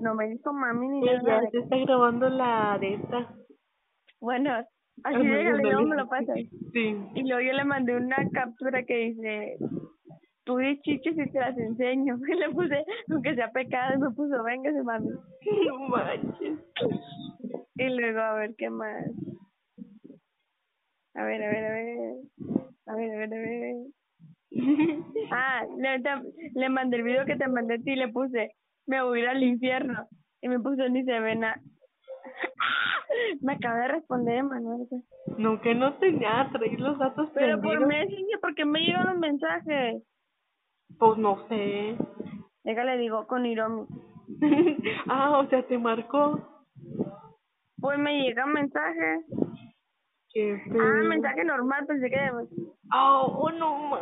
No me dijo mami ni Oye, nada. ya te está grabando la de esta. Bueno, así Ajá, de le digo, ándale. me lo pasas. Sí. Y luego yo le mandé una captura que dice, tú de chiches y te las enseño. Y le puse, aunque sea pecado, y me puso, véngase mami. No manches. Y luego a ver qué más. A ver, a ver, a ver. A ver, a ver, a ver. Ah, le, tam- le mandé el video que te mandé a ti y le puse, me voy a ir al infierno. Y me puso ni se ve nada. me acaba de responder, Manuel. No, que no tenía, traes los datos Pero por prendidos. Messenger, porque me llegan los mensajes. Pues no sé. Déjale, digo, con Iromi. ah, o sea, te marcó. Pues me llegan mensajes. Qué Ah, feo. mensaje normal, pensé que... Oh, oh, no más.